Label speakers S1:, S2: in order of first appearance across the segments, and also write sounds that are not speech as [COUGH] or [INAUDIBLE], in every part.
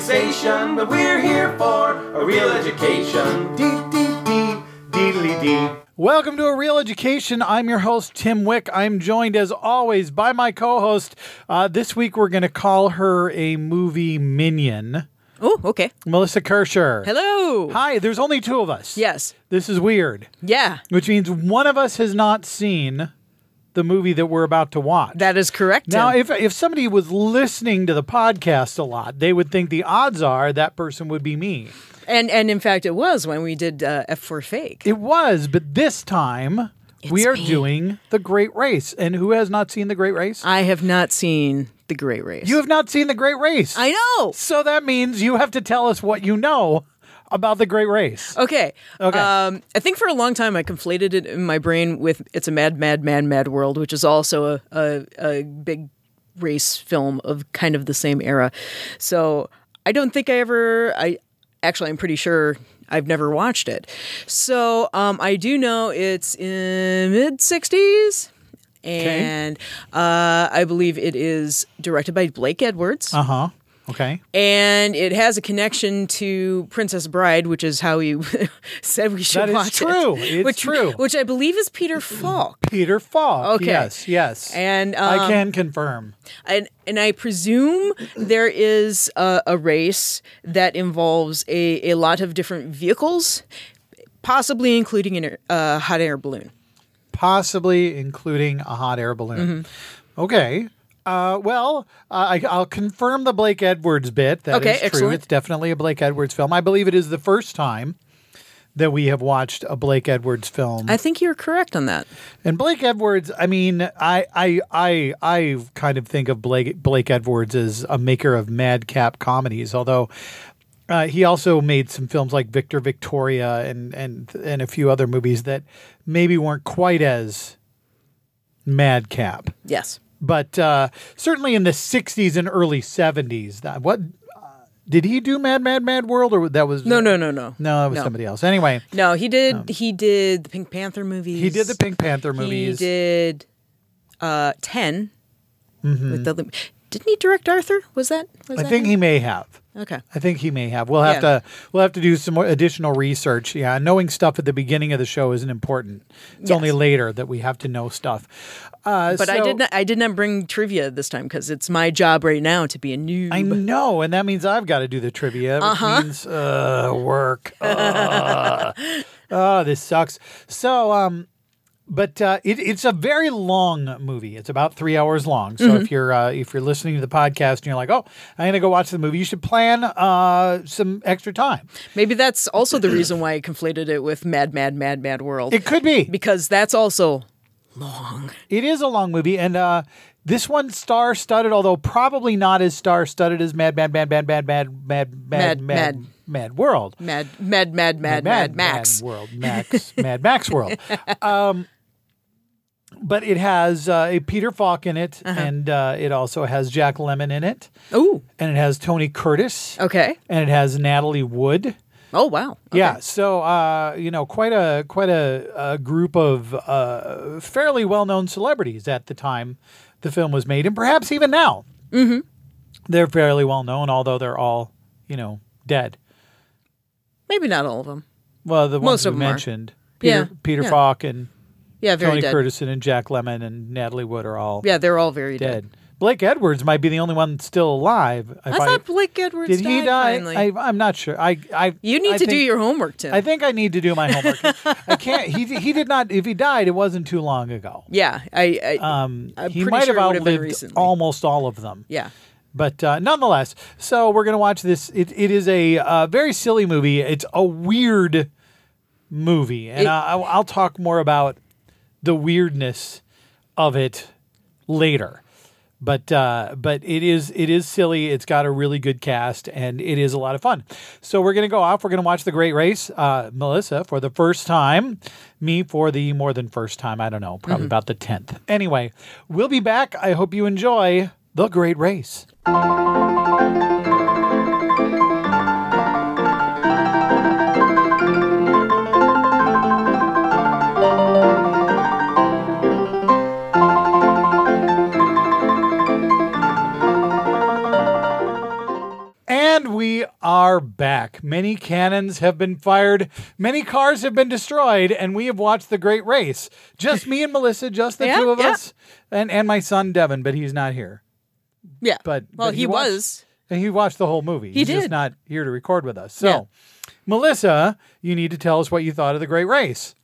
S1: station, but we're here for a real education. Dee dee dee, deedly dee.
S2: Welcome to A Real Education. I'm your host, Tim Wick. I'm joined, as always, by my co host. Uh, this week, we're going to call her a movie minion,
S3: Oh, okay.
S2: Melissa Kirscher.
S3: Hello.
S2: Hi, there's only two of us.
S3: Yes.
S2: This is weird,
S3: Yeah.
S2: which means one of us has not seen the movie that we're about to watch.
S3: That is correct.
S2: now,
S3: Tim.
S2: if, if somebody was listening to the podcast a lot, they would think the odds are that person would be me.
S3: and and in fact, it was when we did uh, F4 Fake.
S2: It was, but this time we
S3: It's
S2: are
S3: me.
S2: doing The Great Race. And who has not seen The Great Race?
S3: I have not seen The Great Race.
S2: You have not seen The Great Race.
S3: I know.
S2: so that means you have to tell us what you know about The Great Race.
S3: Okay.
S2: Okay.
S3: Um, I think for a long time I conflated it in my brain with "It's a Mad, Mad, Mad, Mad World," which is also a a, a big race film of kind of the same era. So I don't think I ever. I actually I'm pretty sure I've never watched it. So um, I do know it's in mid '60s. And uh, I believe it is directed by Blake Edwards
S2: Uh huh. Okay.
S3: and it has a connection to Princess Bride, which is how he [LAUGHS] said we should
S2: That is
S3: watch
S2: true.
S3: it.
S2: It's
S3: which,
S2: true.
S3: Which I believe is Peter Falk,
S2: Peter Falk.
S3: Okay.
S2: Yes, yes.
S3: and um,
S2: I can confirm.
S3: and and I presume there is a, a race that involves a, a lot of different vehicles, possibly including an air- a hot air balloon.
S2: possibly including a hot air balloon.
S3: Mm-hmm.
S2: Okay. Uh, well, uh, I, I'll confirm the Blake Edwards bit. That is
S3: Okay,
S2: true.
S3: excellent.
S2: It's definitely a Blake Edwards film. I believe it is the first time that we have watched a Blake Edwards film.
S3: I think you're correct on that.
S2: and Blake Edwards, I mean, I, I, I, I kind of think of Blake Blake Edwards as a maker of madcap comedies, although. Uh, he also made some films like Victor Victoria and and and a few other movies that maybe weren't quite as madcap
S3: Yes.
S2: but uh, certainly in the 60s and early 70s that what uh, did he do mad mad mad world or that was
S3: No, no, no, no.
S2: no that was somebody else anyway
S3: No, he did. he did the Pink Panther movies.
S2: Um, he did the pink panther movies
S3: He did uh, 10 with the lim- didn't he direct Arthur? Was that? Was
S2: Mm-hmm. i
S3: that
S2: think
S3: him?
S2: he may have
S3: Okay.
S2: I think he may have. We'll have
S3: Yeah.
S2: to we'll have to do some more additional research. Yeah, knowing stuff at the beginning of the show isn't important. It's
S3: Yes.
S2: only later that we have to know stuff. Uh,
S3: But I
S2: so-
S3: did not. I did not bring trivia this time because it's my job right now to be a noob.
S2: I know, and that means I've got to do the trivia, which
S3: Uh-huh.
S2: means uh, work. [LAUGHS] Ugh. oh, this sucks. So, um, but uh, it, it's a very long movie. It's about three hours long. So
S3: Mm-hmm.
S2: if you're uh, if you're listening to the podcast and you're like, oh, I'm gonna go watch the movie, you should plan uh, some extra time.
S3: Maybe that's also the reason why I conflated it with Mad, Mad, Mad, Mad World
S2: It could be.
S3: because that's also
S2: It is a long movie, and uh, this one star studded, although probably not as star studded as Mad Mad Mad Mad Mad Mad Mad Mad Mad
S3: Mad, Mad.
S2: Mad World.
S3: Mad, Mad, Mad, Mad, Mad, Max.
S2: World, Max, Mad Max World.
S3: [LAUGHS]
S2: Um, but it has uh, a Peter Falk in it,
S3: Uh-huh.
S2: and uh, it also has Jack Lemon in it,
S3: Ooh.
S2: and it has Tony Curtis,
S3: Okay.
S2: and it has Natalie Wood.
S3: Oh wow. Okay.
S2: Yeah, so uh, you know, quite a quite a, a group of uh, fairly well known celebrities at the time the film was made, and perhaps even now. Mm-hmm. They're fairly well known, although they're all you know dead.
S3: Maybe not all of them.
S2: Well, the ones
S3: Most
S2: we
S3: of 'em are.
S2: mentioned, Peter
S3: Yeah,
S2: Peter
S3: yeah.
S2: Falk and
S3: Yeah. Very
S2: Tony
S3: dead.
S2: Curtison and Jack Lemmon and Natalie Wood are all
S3: Yeah, they're all very dead.
S2: dead. Blake Edwards midt be the only one still alive. If
S3: I thought Blake Edwards
S2: did he
S3: died
S2: die?
S3: finally.
S2: I, I'm not sure. I, I
S3: you need
S2: I
S3: to do
S2: think-
S3: your homework, Tim.
S2: I think I need to do my homework. I can't. He he did not. If he died, it wasn't too long ago.
S3: Yeah, I. I
S2: Um,
S3: I'm
S2: he
S3: pretty
S2: might
S3: sure it
S2: have
S3: would have been
S2: outlived
S3: recently.
S2: almost all of them.
S3: yeah,
S2: But uh, nonetheless, so we're going to watch this. It, it is a uh, very silly movie. It's a weird movie. And
S3: It-
S2: I, I'll- I'll talk more about the weirdness of it later. But uh, but it is it is silly. It's got a really good cast, and it is a lot of fun. So we're gonna go off. We're gonna watch the Great Race. Uh, Melissa for the first time, me for the more than first time. I don't know, probably about the tenth. Anyway, we'll be back. I hope you enjoy the Great Race. And And we are back. Many cannons have been fired, many cars have been destroyed, and we have watched the great race. Just me and Melissa, just the
S3: [LAUGHS] Yeah,
S2: two of
S3: yeah.
S2: us, and, and my son Devin, but he's not here.
S3: Yeah.
S2: But
S3: well,
S2: but
S3: he,
S2: watched-
S3: was.
S2: and He watched the whole movie.
S3: He
S2: he's just
S3: did.
S2: not here to record with us. So, Melissa, you need to tell us what you thought of the great race.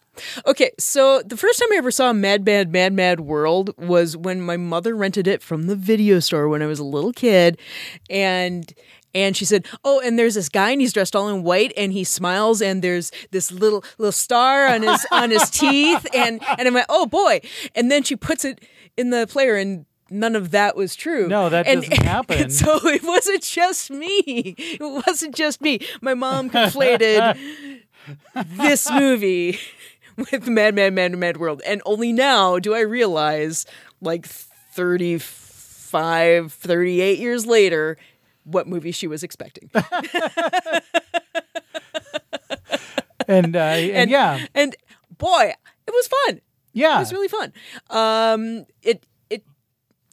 S3: Okay, so the first time I ever saw Mad Mad Mad Mad World was when my mother rented it from the video store when I was a little kid and and she said, "Oh, and there's this guy and he's dressed all in white and he smiles and there's this little little star on his on
S2: [LAUGHS]
S3: his teeth and and I'm like, "Oh boy." And then she puts it in the player and None of that was true.
S2: No, that
S3: [LAUGHS] and,
S2: doesn't happen.
S3: and so it wasn't just me. It wasn't just me. My
S2: [LAUGHS]
S3: mom conflated this movie [LAUGHS] with Mad Mad Mad Mad World, and only now do I realize, like 35, 38 years later, what movie she
S2: [LAUGHS]
S3: was expecting. And, [LAUGHS]
S2: And, uh, and, yeah,
S3: and boy, it was fun.
S2: yeah.
S3: It was really fun. Um, it it.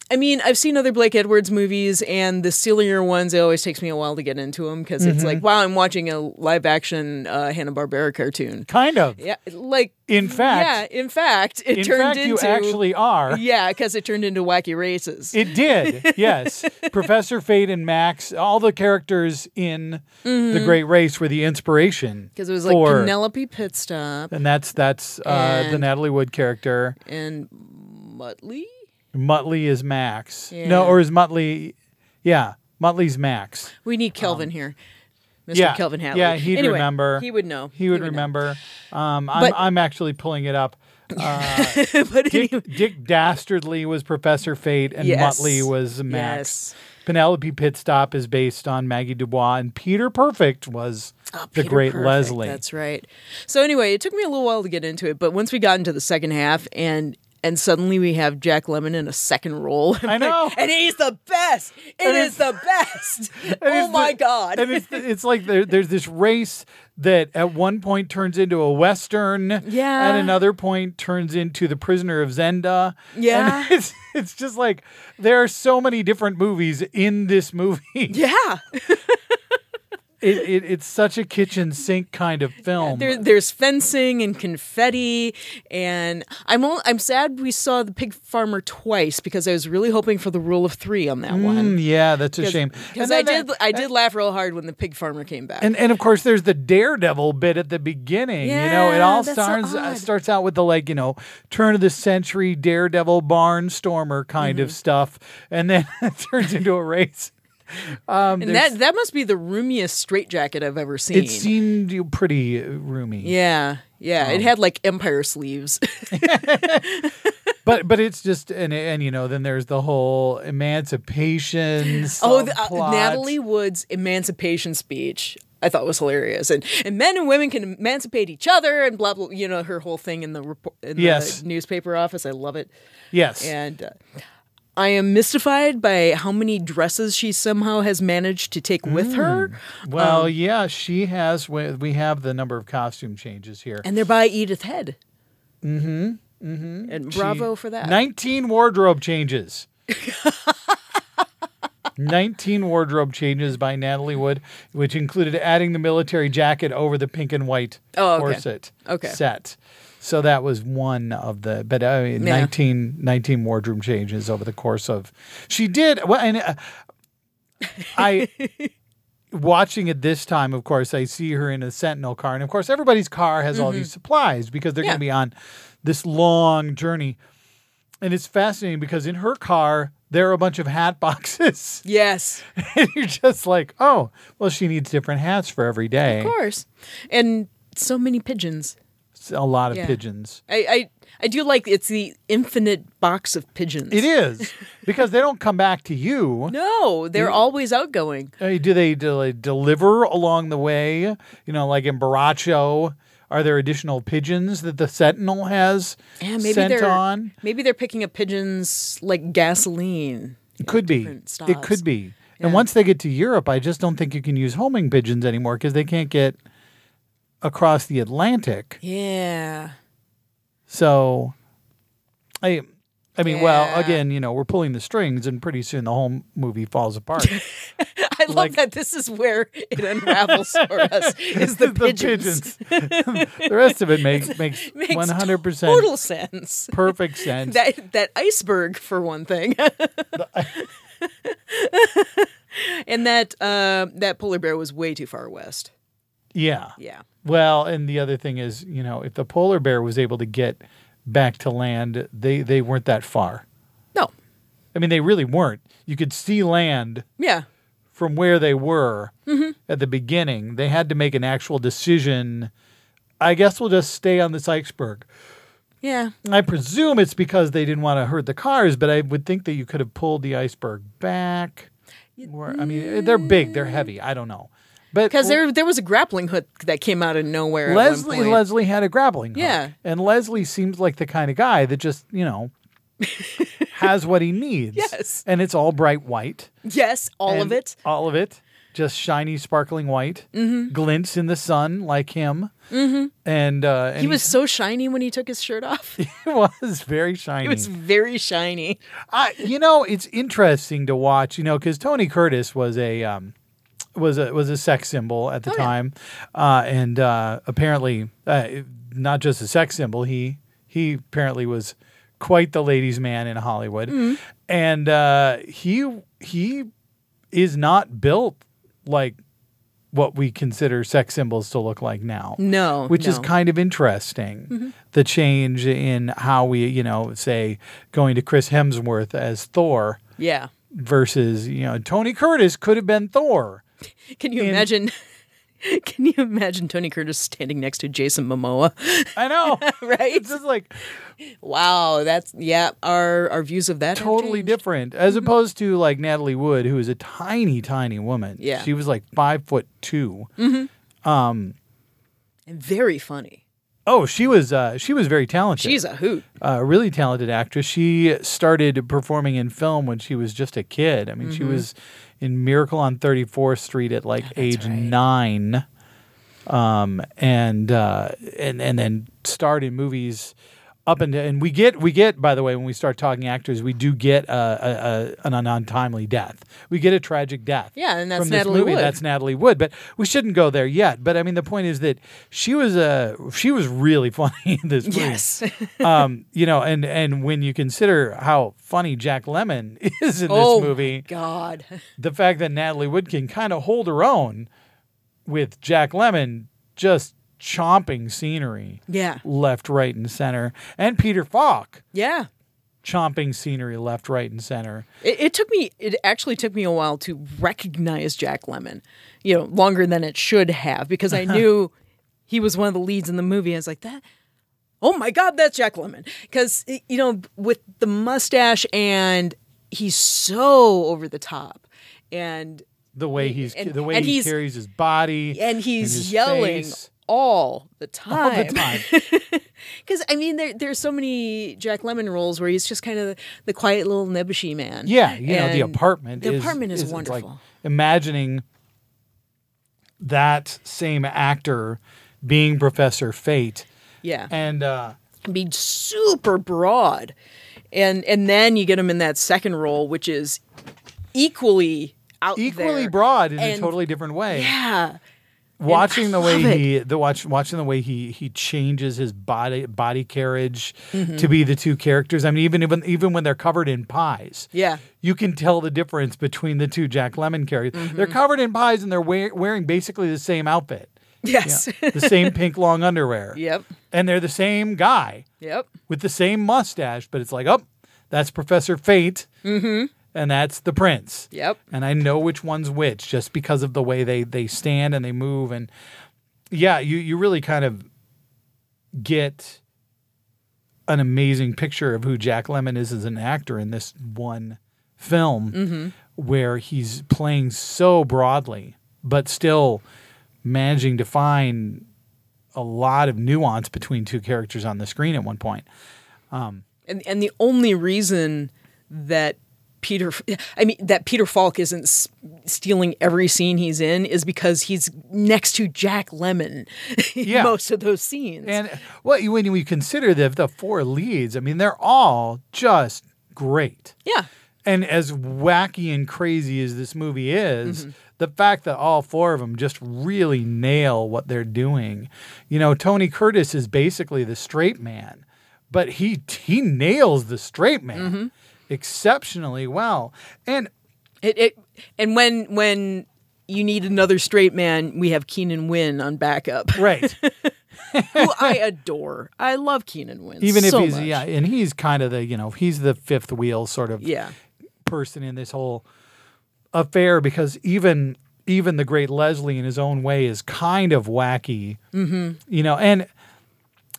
S3: I mean, I've seen other Blake Edwards movies, and the sillier ones. It always takes me a while to get into them because it's
S2: Mm-hmm.
S3: like, wow, I'm watching a live action uh, Hanna Barbera cartoon.
S2: kind of.
S3: Yeah, like
S2: In fact,
S3: yeah. In fact, it
S2: in
S3: turned
S2: fact,
S3: into
S2: you actually are.
S3: Yeah, because it turned into wacky races.
S2: It did,
S3: [LAUGHS]
S2: yes. Professor Fate and Max, all the characters in The Great Race were the inspiration.
S3: Because Mm-hmm. it was like
S2: for-
S3: Penelope Pitstop
S2: And that's that's uh, the
S3: And-
S2: Natalie Wood character.
S3: and Muttley.
S2: Muttley is Max.
S3: Yeah.
S2: No, or is Muttley? Yeah, Muttley's Max.
S3: We need Kelvin here, Mr.
S2: Um, yeah,
S3: Kelvin Hadley.
S2: Yeah, he'd
S3: Anyway,
S2: remember.
S3: He would know.
S2: He would,
S3: know.
S2: remember. Um, I'm
S3: But-
S2: I'm actually pulling it up.
S3: [LAUGHS] but
S2: Dick,
S3: anyway,
S2: Dick Dastardly was Professor Fate, and
S3: Yes.
S2: Muttley was Max.
S3: Yes.
S2: Penelope Pitstop is based on Maggie Dubois, and Peter Perfect was
S3: Oh,
S2: the
S3: Peter
S2: great
S3: Perfect,
S2: Leslie.
S3: That's right. So anyway, it took me a little while to get into it, but once we got into the second half and. And suddenly we have Jack Lemon in a second role. [LAUGHS]
S2: I know.
S3: and he's the best. It is the best.
S2: [LAUGHS] And
S3: oh
S2: it's
S3: my
S2: the-
S3: God.
S2: And it's, it's like there, there's this race that at one point turns into a western,
S3: Yeah.
S2: At another point turns into the Prisoner of Zenda, And
S3: Yeah.
S2: [LAUGHS] it's it's just like there are so many different movies in this movie.
S3: yeah.
S2: It, it, it's such a kitchen sink kind of film.
S3: There, there's fencing and confetti, and I'm all, I'm sad we saw the pig farmer twice because I was really hoping for the rule of three on that one.
S2: Mm, yeah, that's a shame.
S3: Because
S2: And
S3: I
S2: then
S3: did I did laugh real hard when the pig farmer came back.
S2: And, and of course, there's the daredevil bit at the beginning. you know, it all
S3: Yeah, that's so
S2: starts uh,
S3: odd.
S2: starts out with the like you know turn of the century daredevil barnstormer kind
S3: Mm-hmm.
S2: of stuff, and then [LAUGHS] it turns into a race.
S3: And that that must be the roomiest straitjacket I've ever seen.
S2: It seemed you know, pretty uh, roomy,
S3: yeah, yeah. It had like empire sleeves. [LAUGHS]
S2: but but it's just and and you know then there's the whole emancipation.
S3: oh, the, uh,
S2: subplot.
S3: Natalie Wood's emancipation speech. I thought was hilarious, and and men and women can emancipate each other, and blah blah. You know her whole thing in the report in
S2: Yes.
S3: the newspaper office. I love it.
S2: Yes,
S3: And uh, I am mystified by how many dresses she somehow has managed to take
S2: Mm.
S3: with her.
S2: well,
S3: Um,
S2: yeah, she has. We we have the number of costume changes here.
S3: And they're by Edith Head.
S2: Mm-hmm.
S3: Mm hmm. Mm hmm. And bravo for that.
S2: 19 wardrobe changes. 19 wardrobe changes by Natalie Wood, which included adding the military jacket over the pink and white
S3: Oh, okay.
S2: corset
S3: Okay.
S2: set. So that was one of the, but uh, I mean,
S3: Yeah.
S2: 19, 19 wardrobe changes over the course of. She did, well, and uh,
S3: [LAUGHS]
S2: I. Watching it this time, of course, I see her in a Sentinel car. And of course, everybody's car has all these supplies because they're
S3: Mm-hmm. Yeah.
S2: going to be on this long journey. And it's fascinating because in her car, there are a bunch of hat [LAUGHS] boxes. [LAUGHS]
S3: yes, of
S2: and you're just like, oh, well, she needs different hats for every day.
S3: course. And so many pigeons.
S2: It's A lot of
S3: Yeah.
S2: pigeons.
S3: I, I, I do like it's the infinite box of pigeons.
S2: It is because they don't come back to you.
S3: No, they're always outgoing.
S2: Uh, Do, they, do they deliver along the way? You know, like in Baracho, are there additional pigeons that the Sentinel has
S3: Yeah, maybe
S2: sent
S3: they're
S2: on?
S3: maybe they're picking up pigeons like gasoline.
S2: It could be.
S3: different
S2: It
S3: stops.
S2: could be. And once they get to Europe, I just don't think you can use homing pigeons anymore because they can't get across the Atlantic.
S3: Yeah.
S2: So, I, I mean, well,
S3: Yeah. [LAUGHS]
S2: again, you know, we're pulling the strings, and pretty soon the whole movie falls apart.
S3: I love
S2: Like-
S3: that this is where it unravels for
S2: [LAUGHS]
S3: us is the, pigeons.
S2: pigeons. [LAUGHS] the rest of it makes makes
S3: [LAUGHS] Makes
S2: one hundred
S3: total
S2: percent
S3: sense.
S2: perfect sense.
S3: That that iceberg for one thing. [LAUGHS] and that uh, that polar bear was way too far west.
S2: yeah.
S3: Yeah.
S2: Well, and the other thing is, you know, if the polar bear was able to get back to land, they they weren't that far.
S3: No.
S2: I mean, they really weren't. You could see land
S3: Yeah.
S2: from where they were
S3: Mm-hmm.
S2: at the beginning. They had to make an actual decision. I guess we'll just stay on this iceberg.
S3: Yeah.
S2: I presume it's because they didn't want to hurt the cars, but I would think that you could have pulled the iceberg back. Or, I mean, they're big, they're heavy. I don't know, but
S3: Because there there was a grappling hook that came out of nowhere.
S2: Leslie
S3: at one point.
S2: Leslie had a grappling hook.
S3: Yeah.
S2: And Leslie seems like the kind of guy that just, you know,
S3: [LAUGHS]
S2: has what he needs.
S3: Yes.
S2: And it's all bright white.
S3: yes, all of
S2: And
S3: it. Mm-hmm.
S2: All of it. Just shiny, sparkling white. Glints in the sun like him. Mm-hmm. And, uh, and
S3: He was so shiny when he took his shirt off. [LAUGHS] He
S2: [LAUGHS] he was very shiny. [LAUGHS]
S3: was very shiny.
S2: I, you know, it's interesting to watch, you know, because Tony Curtis was a um, was a was a sex symbol at the
S3: Oh, yeah.
S2: time, uh, and uh, apparently uh, not just a sex symbol. He he apparently was quite the ladies' man in Hollywood,
S3: Mm-hmm.
S2: and uh, he he is not built like what we consider sex symbols to look like now
S3: No,
S2: which is
S3: no. Mm-hmm.
S2: kind of interesting. The change in how we, you know, say going to Chris Hemsworth as Thor
S3: Yeah.
S2: versus, you know, Tony Curtis could have been Thor.
S3: Can you imagine? [LAUGHS] Can you imagine Tony Curtis standing next to Jason Momoa? [LAUGHS]
S2: I know.
S3: Right? [LAUGHS]
S2: It's just like
S3: Wow, that's yeah. Our our views of that have
S2: totally
S3: changed.
S2: different as
S3: Mm-hmm.
S2: opposed to like Natalie Wood, who is a tiny, tiny woman.
S3: Yeah. Mm.
S2: She was like five foot 2
S3: and very funny.
S2: Oh, she was uh, she was very talented.
S3: She's a hoot.
S2: a really talented actress. She started performing in film when she was just a kid. I mean, she
S3: Mm-hmm.
S2: was in Miracle on 34th Street at like age
S3: right.
S2: nine, um, and uh, and and then starred in movies up and and we get we get by the way when we start talking actors we do get a, a, a an untimely death we get a tragic death
S3: Yeah, and that's
S2: from this
S3: Natalie
S2: movie.
S3: Wood.
S2: that's Natalie Wood but we shouldn't go there yet but I mean the point is that she was a she was really [LAUGHS] funny in this movie
S3: Yes.
S2: um, you know, and and when you consider how funny Jack Lemon [LAUGHS] is in
S3: oh
S2: this movie,
S3: my [LAUGHS] God.
S2: the fact that Natalie Wood can kind of hold her own with Jack Lemon just chomping scenery
S3: Yeah.
S2: left, right, and center, and Peter Falk
S3: Yeah.
S2: chomping scenery left, right, and center.
S3: It, it took me. It actually took me a while to recognize Jack Lemon. You know, longer than it should have
S2: [LAUGHS]
S3: because I knew he was one of the leads in the movie. I was like that. Oh my God, that's Jack Lemon. Because you know, with the mustache and he's so over the top, and
S2: The way he's
S3: And-
S2: the way
S3: and
S2: he
S3: he's-
S2: carries his body
S3: and he's
S2: his
S3: yelling
S2: face.
S3: all the
S2: all
S3: time.
S2: the time.
S3: Because I mean, there there's so many Jack Lemon roles where he's just kind of the quiet little nebbishy man.
S2: Yeah, you know, the
S3: And
S2: apartment.
S3: The
S2: is,
S3: apartment is,
S2: it's like
S3: wonderful.
S2: imagining that same actor being Professor Fate,
S3: yeah,
S2: and uh,
S3: can be super broad, and and then you get him in that second role, which is equally out
S2: equally
S3: there.
S2: broad in a
S3: And-
S2: totally different way.
S3: Yeah,
S2: watching the way
S3: love it.
S2: he the watch watching the way he he changes his body body carriage
S3: Mm-hmm.
S2: to be the two characters. I mean, even even even when they're covered in pies,
S3: Yeah.
S2: you can tell the difference between the two Jack Lemon characters. They're
S3: Mm-hmm.
S2: covered in pies and they're wear, wearing basically the same outfit.
S3: yes, [LAUGHS]
S2: the same pink long underwear.
S3: Yep.
S2: And they're the same guy
S3: yep,
S2: with the same mustache, but it's like, oh, that's Professor Fate, mm-hmm. and that's the Prince.
S3: Yep.
S2: And I know which one's which just because of the way they they stand and they move, and yeah, you you really kind of get an amazing picture of who Jack Lemon is as an actor in this one film where he's playing so broadly but still managing to find a lot of nuance between two characters on the screen at one point.
S3: and and the only reason that. Peter, I mean, that Peter Falk isn't s- stealing every scene he's in is because he's next to Jack Lemon [LAUGHS] in
S2: Yeah.
S3: most of those scenes.
S2: And well, you- when we consider the the four leads, I mean, they're all just great.
S3: yeah. Mm-hmm.
S2: And as wacky and crazy as this movie is, the fact that all four of them just really nail what they're doing. You know, Tony Curtis is basically the straight man, but he he nails the straight man
S3: Mm-hmm.
S2: exceptionally well. And
S3: It, it and when when you need another straight man, we have Keenan Wynn on backup,
S2: right, [LAUGHS]
S3: who I adore. I love Keenan Wynn.
S2: even
S3: [LAUGHS] so
S2: if he's
S3: much.
S2: yeah, and he's kind of the you know he's the fifth wheel sort of
S3: yeah,
S2: person in this whole affair because even even the great Leslie in his own way is kind of wacky, mm-hmm. you know, and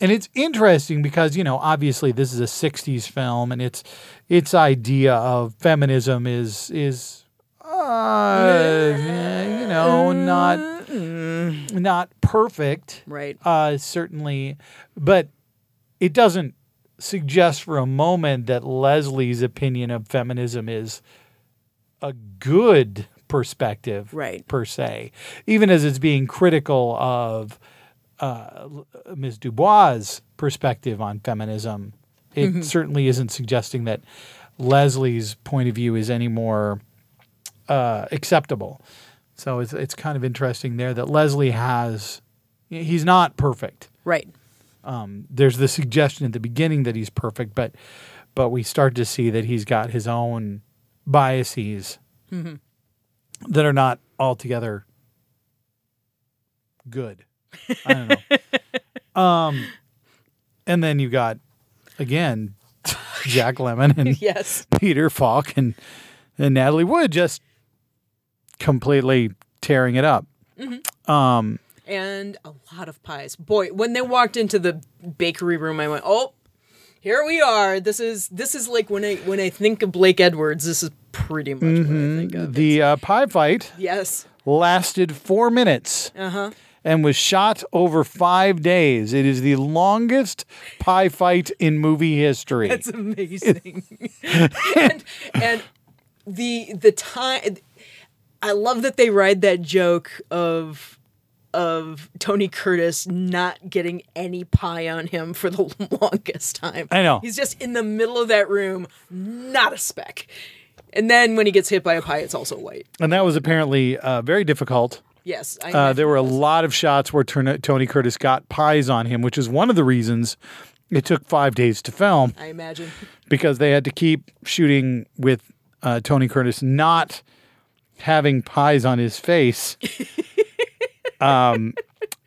S2: and it's interesting because you know obviously this is a '60s film and its its idea of feminism is is uh, you know not not perfect,
S3: right.
S2: uh, certainly, but it doesn't suggest for a moment that Leslie's opinion of feminism is a good perspective,
S3: Right.
S2: Per se, even as it's being critical of uh, Ms. Dubois' perspective on feminism, it certainly isn't suggesting that Leslie's point of view is any more uh, acceptable. So it's it's kind of interesting there that Leslie has he's not perfect.
S3: right.
S2: Um, There's the suggestion at the beginning that he's perfect, but but we start to see that he's got his own biases that are not altogether good. I don't know. um, and then you got again Jack Lemon
S3: [LAUGHS]
S2: and
S3: Yes.
S2: Peter Falk and and Natalie Wood just completely tearing it up. Um,
S3: And a lot of pies. Boy, when they walked into the bakery room, I went, "Oh, here we are. This is this is like when I when I think of Blake Edwards, this is pretty much what I think of."
S2: the uh, pie fight
S3: Yes.
S2: lasted four minutes and was shot over five days. It is the longest pie fight in movie history.
S3: It's amazing. [LAUGHS] and and the the time I love that they ride that joke of of Tony Curtis not getting any pie on him for the [LAUGHS] longest time.
S2: I know.
S3: He's just in the middle of that room, not a speck. And then when he gets hit by a pie, it's also white.
S2: and that was apparently uh, very difficult.
S3: Yes, I
S2: Uh, there were a lot of shots where Turn- Tony Curtis got pies on him, which is one of the reasons it took five days to film.
S3: I imagine.
S2: because they had to keep shooting with uh, Tony Curtis not having pies on his face. [LAUGHS] um,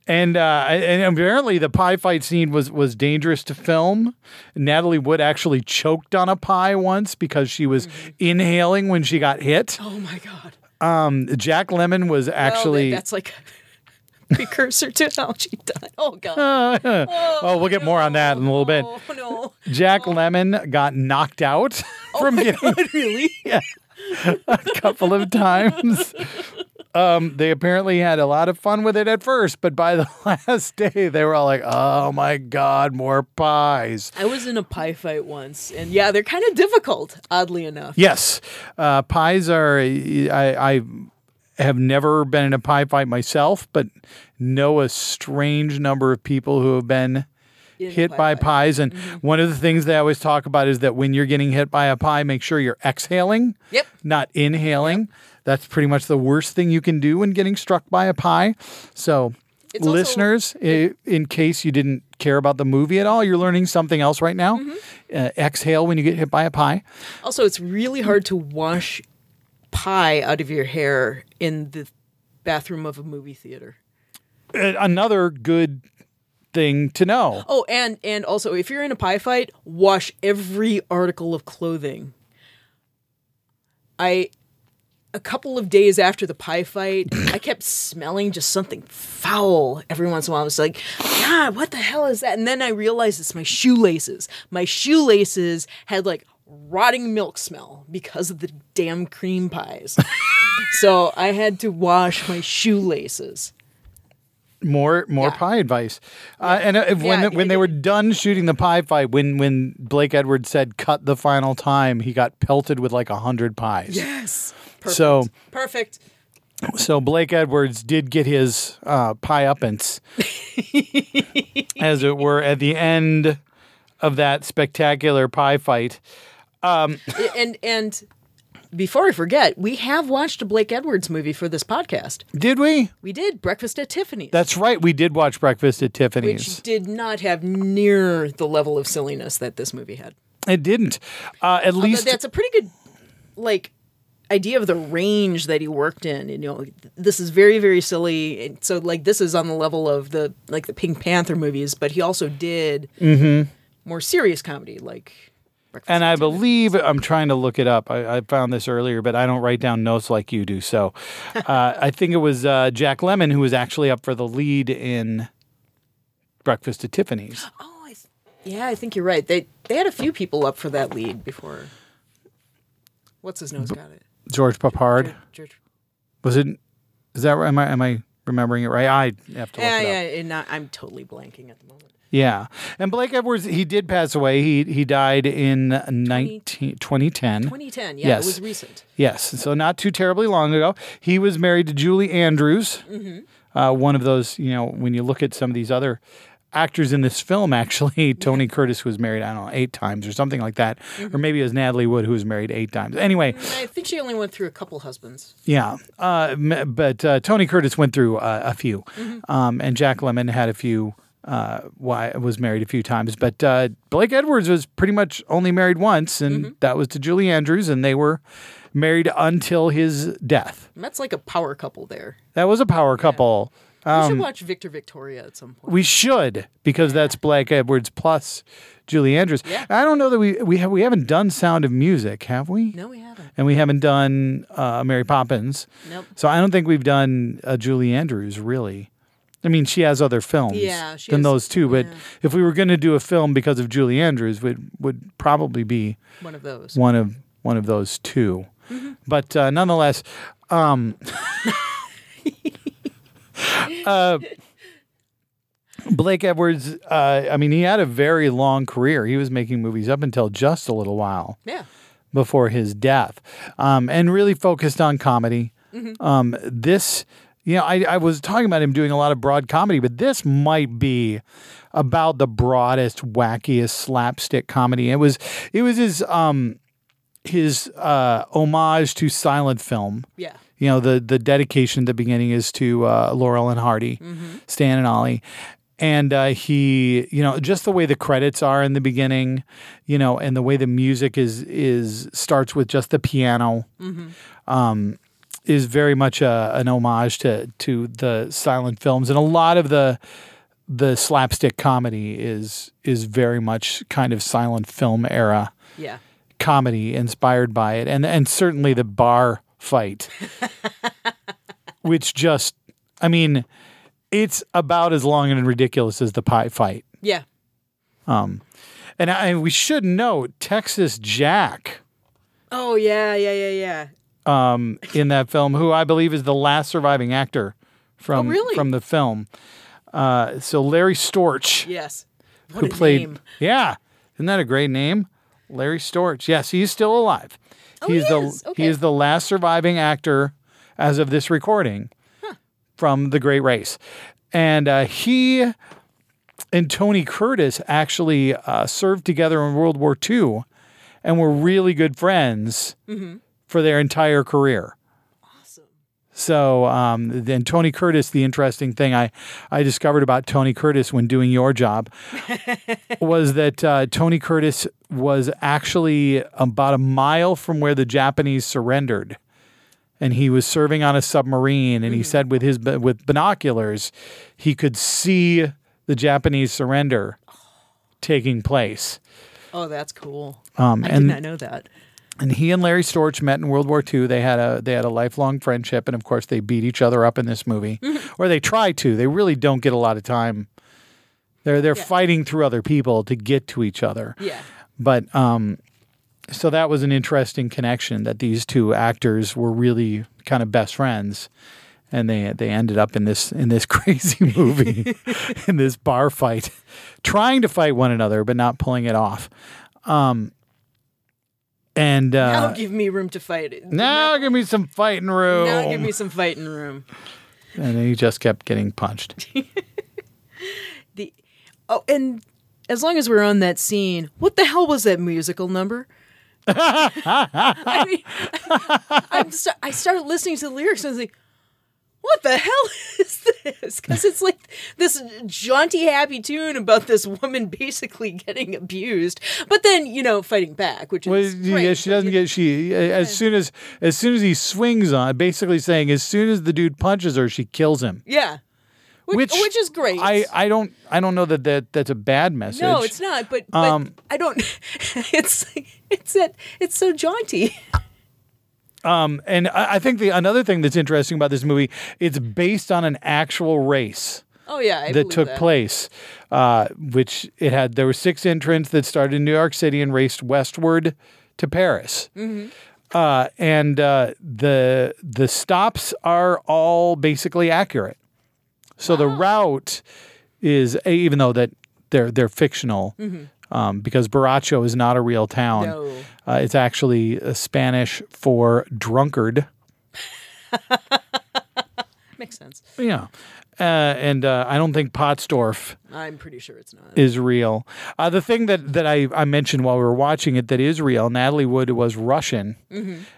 S2: and uh, and apparently the pie fight scene was was dangerous to film. Natalie Wood actually choked on a pie once because she was
S3: Mm-hmm.
S2: inhaling when she got hit.
S3: Oh my god.
S2: Jack Lemon was
S3: oh,
S2: actually.
S3: that- that's like a [LAUGHS] precursor to algae die. Oh god.
S2: [LAUGHS] oh, we'll get more on that in a little bit.
S3: Oh
S2: [LAUGHS]
S3: no.
S2: Jack Lemon got knocked out [LAUGHS]
S3: Oh
S2: from getting
S3: really?
S2: couple of times. Um, they apparently had a lot of fun with it at first, but by the [LAUGHS] last day, they were all like, "Oh my god, more pies!"
S3: I was in a pie fight once, and yeah, they're kind of difficult, oddly enough.
S2: Yes, uh, pies are. I, I have never been in a pie fight myself, but know a strange number of people who have been
S3: In a
S2: hit
S3: pie
S2: by
S3: fight. Mm-hmm.
S2: pies. And one of the things they always talk about is that when you're getting hit by a pie, make sure you're exhaling,
S3: Yep.
S2: not inhaling. That's pretty much the worst thing you can do when getting struck by a pie. So,
S3: It's also-
S2: listeners, i- in case you didn't care about the movie at all, you're learning something else right now.
S3: Mm-hmm.
S2: Uh, exhale when you get hit by a pie.
S3: Also, it's really hard to wash pie out of your hair in the bathroom of a movie theater.
S2: Uh, Another good thing to know.
S3: Oh, and and also, if you're in a pie fight, wash every article of clothing. I a couple of days after the pie fight, I kept smelling just something foul every once in a while. I was like, God, what the hell is that? And then I realized it's my shoelaces. My shoelaces had like rotting milk smell because of the damn cream pies. so I had to wash my shoelaces.
S2: more more pie advice. Uh, and uh, if- when
S3: Yeah,
S2: the- when they were done shooting the pie fight, when when Blake Edwards said cut the final time, he got pelted with like a hundred pies.
S3: Yes. Perfect.
S2: So
S3: Perfect.
S2: so Blake Edwards did get his uh, pie
S3: [LAUGHS]
S2: uppance, as it were, at the end of that spectacular pie fight.
S3: and and before I forget, we have watched a Blake Edwards movie for this podcast.
S2: Did we?
S3: We did Breakfast at Tiffany's,
S2: That's right. We did watch Breakfast at Tiffany's.
S3: which did not have near the level of silliness that this movie had.
S2: it didn't. Uh, at
S3: But
S2: least
S3: that's a pretty good like idea of the range that he worked in and, you know this is very very silly and so like this is on the level of the like the pink panther movies but he also did more serious comedy like Breakfast
S2: Mm-hmm. And
S3: at
S2: I
S3: Tiffany's.
S2: believe I'm trying to look it up. I, I found this earlier, but I don't write down notes like you do.
S3: [LAUGHS]
S2: So uh, I think it was uh, Jack Lemon who was actually up for the lead in Breakfast at Tiffany's.
S3: oh I th- yeah i think you're right they they had a few people up for that lead before what's his nose got it
S2: George Papard
S3: George-
S2: was it? Is that right? Am I am I remembering it right? I have to look
S3: yeah
S2: it up.
S3: yeah and not, i'm totally blanking at the moment
S2: Yeah. And Blake Edwards, he did pass away. He he died in 19, 2010.
S3: 2010 yeah
S2: Yes.
S3: it was recent
S2: Yes. So not too terribly long ago. He was married to Julie Andrews. Uh, one of those, you know, when you look at some of these other actors in this film, actually, [LAUGHS] Tony Curtis was married, I don't know, eight times or something like that. Or maybe it was Natalie Wood who was married eight times. Anyway,
S3: i think she only went through a couple husbands
S2: yeah, uh, m- but uh, Tony Curtis went through uh, a few, um, and Jack Lemmon had a few. Uh, why was married a few times, but uh, Blake Edwards was pretty much only married once, and that was to Julie Andrews, and they were married until his death.
S3: And that's like a power couple there
S2: That was a power couple.
S3: We should watch Victor Victoria at some point.
S2: Um, We should because that's Blake Edwards plus Julie Andrews. I don't know that we we have we haven't done Sound of Music, have we?
S3: No, we haven't.
S2: and we haven't done uh, Mary Poppins.
S3: Nope.
S2: So I don't think we've done uh, Julie Andrews really. I mean, she has other films
S3: Yeah, she
S2: than
S3: has-
S2: those two, but if we were going to do a film because of Julie Andrews, would would probably be
S3: One of those.
S2: one of one of those 2
S3: Mm-hmm.
S2: But uh, nonetheless,
S3: [LAUGHS]
S2: um, uh, Blake Edwards. Uh, I mean, he had a very long career. He was making movies up until just a little while
S3: Yeah.
S2: before his death, um, and really focused on comedy. Um, this, you know, I, I was talking about him doing a lot of broad comedy, but this might be about the broadest, wackiest slapstick comedy. It was, it was his, um, his uh, homage to silent film.
S3: Yeah.
S2: You know, the the dedication at the beginning is to uh, Laurel and Hardy, Stan and Ollie. And uh, he, you know, just the way the credits are in the beginning, you know, and the way the music is is starts with just the piano, um, is very much a, an homage to to the silent films and a lot of the the slapstick comedy is is very much kind of silent film era
S3: Yeah.
S2: comedy inspired by it, and and certainly the bar
S3: [LAUGHS]
S2: fight, which just, I mean, it's about as long and ridiculous as the pie fight.
S3: Yeah.
S2: And I, we should note Texas Jack
S3: Oh yeah, yeah, yeah, yeah.
S2: in that film, who I believe is the last surviving actor from
S3: Oh, really?
S2: from the film. Uh, so Larry Storch,
S3: Yes. What
S2: who
S3: a
S2: played,
S3: name.
S2: yeah, isn't that a great name? Larry Storch. Yes, he's still alive.
S3: Oh, he
S2: the
S3: is?
S2: he
S3: Okay.
S2: is the last surviving actor as of this recording from The Great Race, and uh, he and Tony Curtis actually uh, served together in World War II, and were really good friends for their entire career.
S3: Mm-hmm. Awesome.
S2: So um, then Tony Curtis, the interesting thing I, I discovered about Tony Curtis when doing your job was that uh, Tony Curtis was actually about a mile from where the Japanese surrendered. And he was serving on a submarine, and he
S3: Mm.
S2: said with his with binoculars, he could see the Japanese surrender taking place.
S3: Oh, that's cool.
S2: Um,
S3: I
S2: and-
S3: did not know that.
S2: And he and Larry Storch met in World War II. They had a they had a lifelong friendship, and of course, they beat each other up in this movie,
S3: Mm-hmm.
S2: or they try to. They really don't get a lot of time. They're they're fighting through other people to get to each other.
S3: Yeah.
S2: But um, so that was an interesting connection that these two actors were really kind of best friends, and they they ended up in this in this [LAUGHS] crazy
S3: [LAUGHS]
S2: movie, in this bar fight, trying to fight one another but not pulling it off. Um, and uh,
S3: Now give me room to fight. it.
S2: now give me some fighting room.
S3: Now give me some fighting room.
S2: and he just kept getting punched.
S3: The oh, and as long as we're on that scene, what the hell was that musical number? [LAUGHS] I mean, [LAUGHS] I'm sta- I started listening to the lyrics and I was like, what the hell [LAUGHS] is this? Because it's like this jaunty, happy tune about this woman basically getting abused, but then, you know, fighting back, which
S2: Well,
S3: is.
S2: yeah,
S3: great,
S2: she
S3: but
S2: doesn't
S3: you-
S2: get she as soon as as soon as he swings on, basically saying as soon as the dude punches her, she kills him.
S3: Yeah. Which, which, is great.
S2: I I don't I don't know that, that that's a bad message.
S3: no, it's not, but, but
S2: Um,
S3: I don't. [LAUGHS] It's [LAUGHS] it's that it's so jaunty.
S2: and I, I think the another thing that's interesting about this movie, it's based on an actual race.
S3: Oh yeah, I
S2: that
S3: believe
S2: took
S3: that.
S2: place, uh, which it had. There were six entrants that started in New York City and raced westward to Paris.
S3: Mm-hmm.
S2: Uh, and uh, the the stops are all basically accurate. So the route is e, even though that they're they're fictional. Um, because Baracho is not a real town.
S3: Mm-hmm. No.
S2: Uh, it's actually uh, Spanish for drunkard.
S3: Makes sense.
S2: Yeah. Uh, and uh, I don't think Pottsdorf
S3: I'm pretty sure it's not.
S2: is real. Uh, the thing that, that I, I mentioned while we were watching it that is real, Natalie Wood was Russian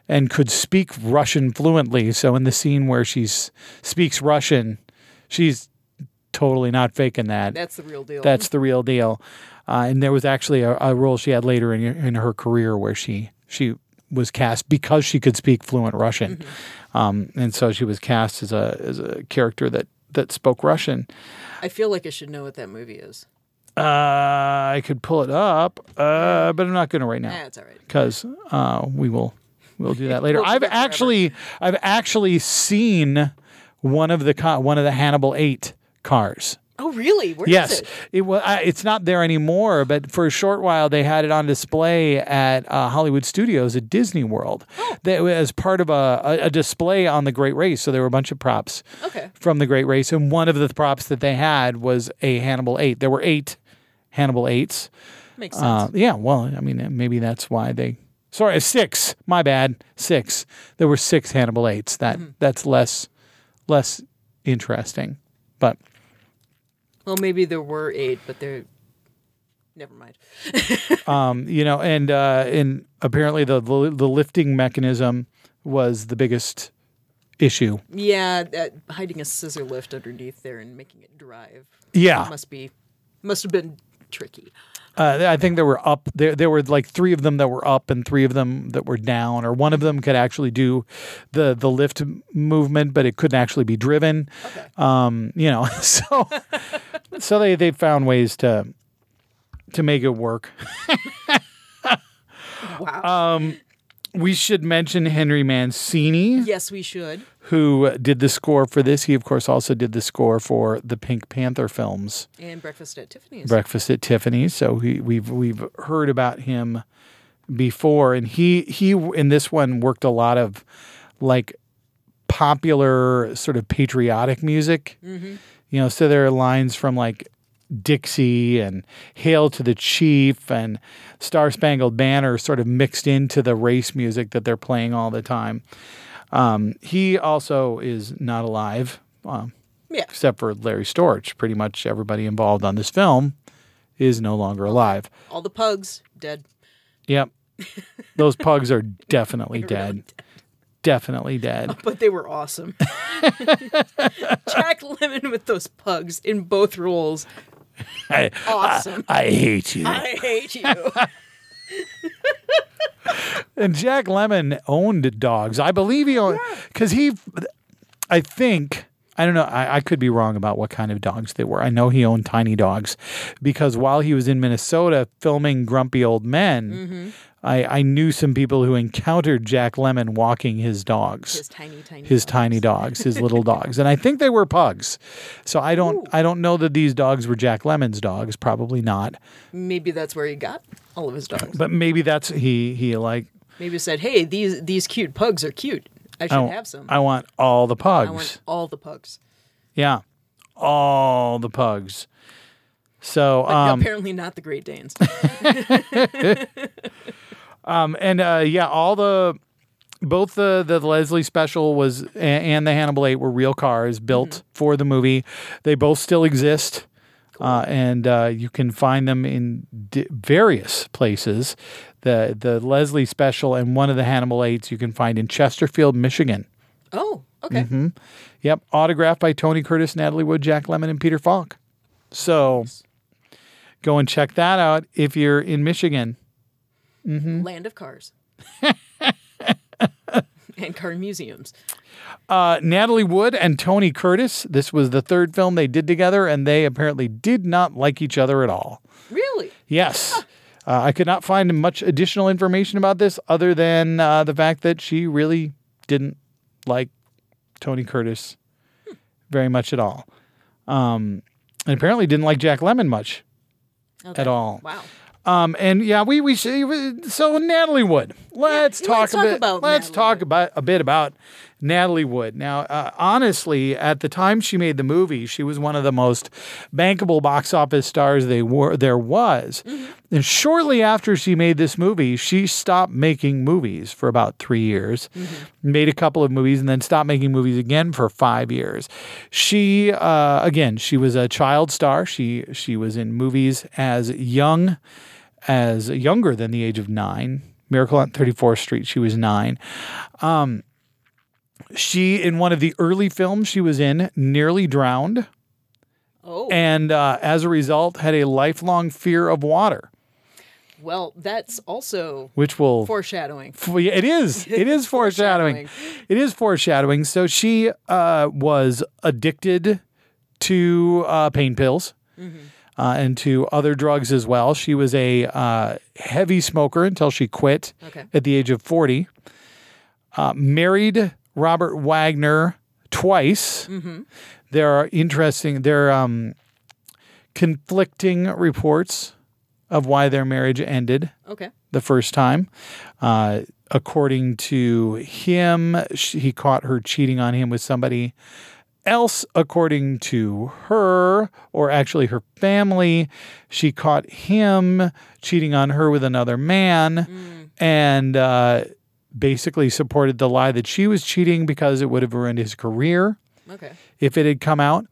S2: and could speak Russian fluently. So in the scene where she speaks Russian, she's totally not faking that.
S3: That's the real deal.
S2: That's the real deal. Uh, and there was actually a, a role she had later in, in her career where she she was cast because she could speak fluent Russian, um, and so she was cast as a as a character that that spoke Russian.
S3: I feel like I should know what that movie is.
S2: Uh, I could pull it up, uh, but I'm not going to right now
S3: That's all right.
S2: because uh, we will we'll do that later.
S3: We'll do
S2: I've
S3: that forever.
S2: actually I've actually seen one of the co- one of the Hannibal Eight cars.
S3: Oh really? Where is
S2: Yes,
S3: it?
S2: it was. I it's not there anymore, but for a short while they had it on display at uh, Hollywood Studios at Disney World.
S3: Oh.
S2: That as part of a, a, a display on the Great Race. So there were a bunch of props
S3: Okay.
S2: from the Great Race, and one of the props that they had was a Hannibal Eight. There were eight Hannibal Eights.
S3: Makes sense.
S2: Uh, yeah, well, I mean, maybe that's why they. Sorry, six. My bad. Six. There were six Hannibal Eights. That
S3: Mm-hmm.
S2: that's less less interesting, but.
S3: well, maybe there were eight, but they're never mind.
S2: you know, and uh, and apparently the the lifting mechanism was the biggest issue.
S3: Yeah, that hiding a scissor lift underneath there and making it drive
S2: Yeah,
S3: must be must have been tricky.
S2: uh, I think there were up there there were like three of them that were up and three of them that were down, or one of them could actually do the the lift movement, but it couldn't actually be driven. Um, you know, [LAUGHS] so so they they found ways to to make it work.
S3: Wow.
S2: Um, We should mention Henry Mancini.
S3: yes, we should.
S2: who did the score for this. He, of course, also did the score for the Pink Panther films,
S3: And breakfast at Tiffany's.
S2: Breakfast at Tiffany's. So he, we've we've heard about him before, and he he in this one worked a lot of like popular sort of patriotic music. You know, so there are lines from like Dixie and Hail to the Chief and Star Spangled Banner sort of mixed into the race music that they're playing all the time. Um, he also is not alive, um,
S3: yeah.
S2: except for Larry Storch. Pretty much everybody involved on this film is no longer alive.
S3: All the pugs dead.
S2: Yep. Those pugs are definitely dead. Definitely dead.
S3: but they
S2: [LAUGHS]
S3: were awesome. Jack Lemon with those pugs in both roles.
S2: I,
S3: Awesome.
S2: I hate you.
S3: I hate [LAUGHS] you.
S2: And Jack Lemon owned dogs. I believe he owned because he, I think. I don't know. I, I could be wrong about what kind of dogs they were. I know he owned tiny dogs because while he was in Minnesota filming Grumpy Old Men,
S3: Mm-hmm.
S2: I, I knew some people who encountered Jack Lemon walking his dogs
S3: His tiny, tiny.
S2: his tiny dogs, his
S3: [LAUGHS]
S2: little dogs, and I think they were pugs. So I don't, I don't know that these dogs were Jack Lemon's dogs. Probably not,
S3: Maybe that's where he got all of his dogs.
S2: but maybe that's he. He like,
S3: Maybe he said, "Hey, these these cute pugs are cute. I should
S2: I,
S3: have some.
S2: Oh, I want all the pugs.
S3: I want all the pugs."
S2: yeah, all the pugs. So um,
S3: Apparently, not the
S2: [LAUGHS]
S3: Great Danes.
S2: um, and uh, yeah, all the. Both the, the Leslie special was a- and the Hannibal Eight were real cars built for the movie. They both still exist. Uh, and uh, you can find them in di- various places. The the Leslie special and one of the Hannibal Eights you can find in Chesterfield, Michigan.
S3: Oh, okay.
S2: Mm-hmm. Yep, autographed by Tony Curtis, Natalie Wood, Jack Lemon, and Peter Falk. So go and check that out if you're in Michigan.
S3: Land
S2: [LAUGHS]
S3: of cars. and car museums.
S2: Uh, Natalie Wood and Tony Curtis. This was the third film they did together, and they apparently did not like each other at all.
S3: Really?
S2: Yes. Uh, I could not find much additional information about this other than uh, the fact that she really didn't like Tony Curtis very much at all. Um, and apparently didn't like Jack Lemon much
S3: Okay.
S2: at all.
S3: Wow.
S2: Um, and yeah, we we should, so Natalie Wood. Let's
S3: Yeah,
S2: talk
S3: let's
S2: a
S3: talk
S2: bit.
S3: about
S2: let's
S3: Natalie
S2: talk about a bit about Natalie Wood. Now, uh, honestly, at the time she made the movie, she was one of the most bankable box office stars they were there was.
S3: Mm-hmm.
S2: And shortly after she made this movie, she stopped making movies for about three years,
S3: Mm-hmm.
S2: made a couple of movies, and then stopped making movies again for five years. She uh, again, she was a child star. She she was in movies as young as younger than the age of nine. Miracle on 34th Street, she was nine. Um, she, in one of the early films she was in, nearly drowned
S3: Oh,
S2: and uh, as a result had a lifelong fear of water,
S3: well, that's also
S2: which will
S3: foreshadowing.
S2: F- yeah, It is. It is foreshadowing. It is foreshadowing. So she uh, was addicted to uh, pain pills uh, and to other drugs as well. She was a uh, heavy smoker until she quit
S3: Okay.
S2: at the age of 40. Uh, married Robert Wagner twice. There are interesting, there are um, conflicting reports of why their marriage ended
S3: Okay.
S2: the first time. Uh, according to him, sh he caught her cheating on him with somebody else. According to her, or actually her family, she caught him cheating on her with another man and uh, basically supported the lie that she was cheating because it would have ruined his career
S3: Okay.
S2: if it had come out.